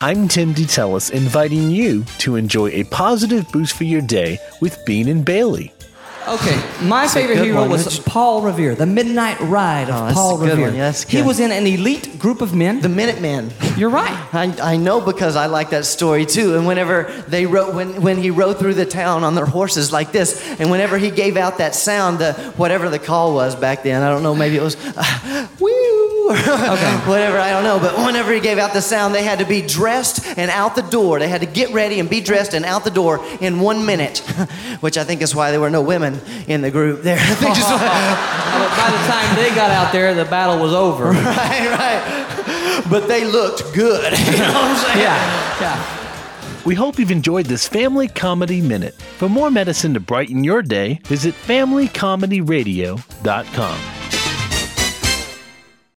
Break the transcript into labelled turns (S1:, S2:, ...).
S1: I'm Tim DeTellis, inviting you to enjoy a positive boost for your day with Bean and Bailey.
S2: Okay, my favorite
S3: good
S2: hero
S3: one.
S2: was
S3: Which-
S2: Paul Revere, the Midnight Ride
S3: Oh,
S2: of
S3: that's
S2: Paul
S3: a good
S2: Revere.
S3: one. Yeah, that's
S2: he
S3: good.
S2: was in an elite group of men.
S3: The Minuteman.
S2: You're right.
S3: I, I know because I like that story too. And whenever they rode, when, when he rode through the town on their horses like this, and whenever he gave out that sound, the whatever the call was back then, I don't know, maybe it was uh, woo, or whatever, I don't know. But whenever he gave out the sound, they had to be dressed and out the door. They had to get ready and be dressed and out the door in one minute, which I think is why there were no women in the group there. They just-
S2: But by the time they got out there, the battle was over.
S3: right, right. But they looked good. You know what I'm saying?
S2: Yeah, yeah.
S1: We hope you've enjoyed this Family Comedy Minute. For more medicine to brighten your day, visit FamilyComedyRadio.com.